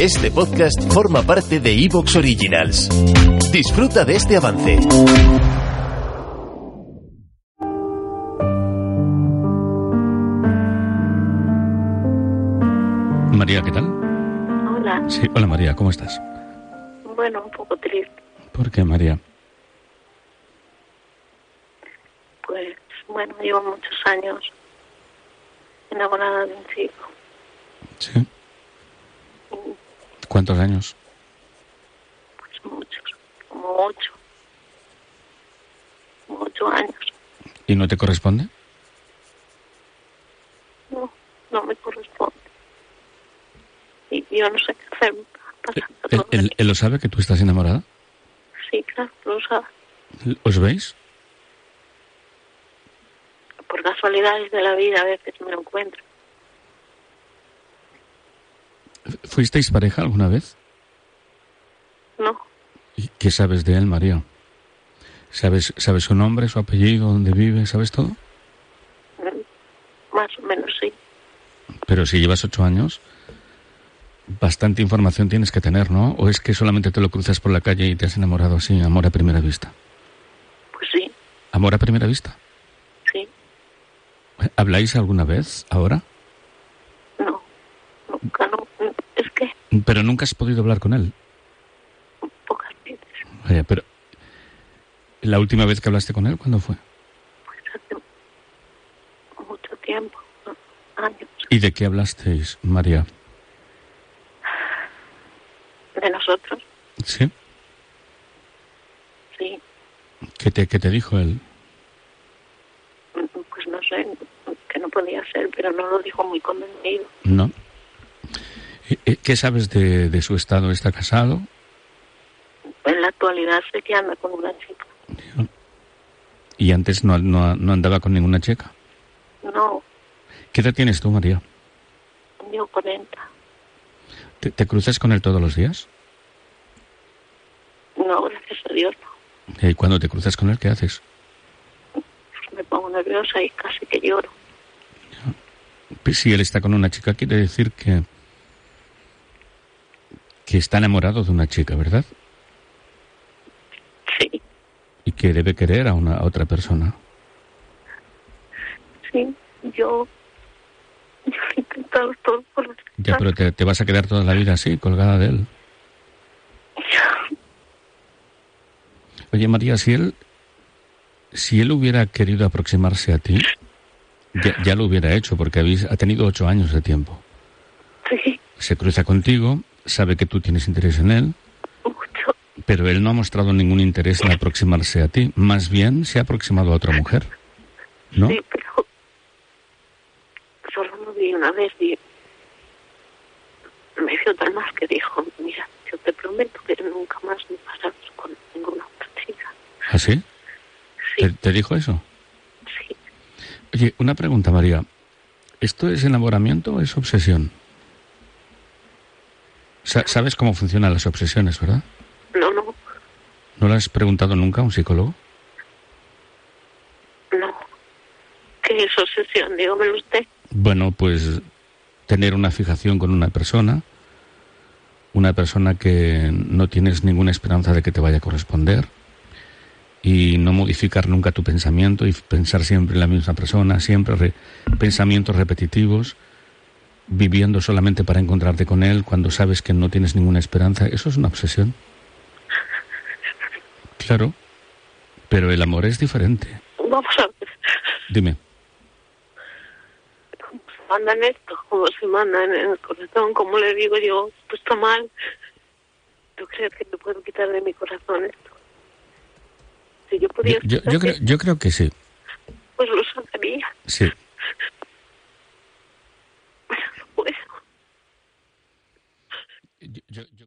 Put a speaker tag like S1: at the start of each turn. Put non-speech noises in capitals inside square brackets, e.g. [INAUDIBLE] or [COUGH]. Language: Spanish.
S1: Este podcast forma parte de Evox Originals. Disfruta de este avance.
S2: María, ¿qué tal?
S3: Hola,
S2: Sí, hola María, ¿cómo estás?
S3: bueno, un poco triste.
S2: ¿Por qué María?
S3: Pues bueno, llevo muchos años enamorada de un chico.
S2: Sí. ¿Cuántos años?
S3: Pues muchos, como ocho. Como ocho años.
S2: ¿Y no te corresponde?
S3: No, no me corresponde. Y yo no sé qué hacer. Pasando
S2: ¿Él,
S3: todo
S2: él-
S3: esto.
S2: él lo sabe que tú estás enamorada?
S3: Sí, claro, lo sabe.
S2: ¿Os veis?
S3: Por casualidades de la vida a veces me lo encuentro.
S2: ¿Fuisteis pareja alguna vez?
S3: No,
S2: ¿Y qué sabes de él, María? ¿Sabes, ¿Sabes su nombre, su apellido, dónde vive, sabes todo?
S3: más o menos sí.
S2: Pero si llevas ocho años, bastante información tienes que tener, ¿no? ¿O es que solamente te lo cruzas por la calle y te has enamorado así, amor a primera vista?
S3: Pues sí,
S2: ¿Amor a primera vista?
S3: sí,
S2: ¿Habláis alguna vez ahora?
S3: no. Nunca, no. Es que
S2: Pero nunca has podido hablar con él.
S3: pocas veces.
S2: Vaya, pero la última vez que hablaste con él, ¿cuándo fue?
S3: hace mucho tiempo, ¿no? años,
S2: ¿Y de qué hablasteis, María?
S3: de nosotros,
S2: ¿Sí?
S3: sí,
S2: ¿Qué te, qué te dijo él?
S3: mm, pues no sé, que no podía ser, pero no lo dijo muy convencido.
S2: ¿No? Eh, eh, ¿Qué sabes de, de su estado? ¿Está casado?
S3: En la actualidad sé que anda con una chica,
S2: ¿Y antes no, no- no andaba con ninguna checa?
S3: no,
S2: ¿Qué edad tienes tú, María?
S3: yo 40,
S2: ¿Te, te cruzas con él todos los días?
S3: no, gracias a Dios, pues no.
S2: ¿Y Eh, cuando te cruzas con él, qué haces?
S3: Pues me pongo nerviosa y casi que lloro.
S2: Pues Si él está con una chica, quiere decir que... que está enamorado de una chica, ¿verdad?
S3: Sí,
S2: Y que debe querer a, una, a otra persona.
S3: sí, yo, [LAUGHS] yo he intentado todo por
S2: Ya, pero te, te vas a quedar toda la vida así, colgada de él. Oye, María, si él, si él hubiera querido aproximarse a ti, ya, ya lo hubiera hecho, porque habéis, ha tenido ocho años de tiempo.
S3: [LAUGHS] sí,
S2: Se cruza contigo, sabe que tú tienes interés en él,
S3: mucho,
S2: pero él no ha mostrado ningún interés en aproximarse a ti. Más bien, se ha aproximado a otra mujer, ¿no?
S3: sí, pero solo lo vi una vez y me vio tan mal que dijo, mira, yo te prometo que nunca más me pasarás con ninguna otra chica.
S2: ¿Así?
S3: Sí,
S2: ¿Ah, ¿Te- ¿Te dijo eso?
S3: sí,
S2: Oye, una pregunta, María. ¿Esto es enamoramiento o es obsesión? Sa- ¿Sabes cómo funcionan las obsesiones, verdad?
S3: no, no,
S2: ¿No le has preguntado nunca a un psicólogo?
S3: no. ¿Qué es obsesión? Dígamelo usted.
S2: Bueno, pues tener una fijación con una persona, una persona que no tienes ninguna esperanza de que te vaya a corresponder y no modificar nunca tu pensamiento y pensar siempre en la misma persona, siempre re- pensamientos repetitivos, viviendo solamente para encontrarte con él cuando sabes que no tienes ninguna esperanza, eso es una obsesión. Claro, pero el amor es diferente.
S3: Vamos a ver,
S2: Dime.
S3: ¿cómo se manda en esto? ¿Cómo se manda en el corazón? ¿Cómo le digo yo? Pues está mal. ¿Tú crees que te puedo quitar de mi corazón esto? Si
S2: Yo,
S3: yo pudiera...
S2: yo- yo creo, yo creo que sí,
S3: Pues lo sacaría.
S2: sí.
S3: Pues...
S2: Yo- yo- yo-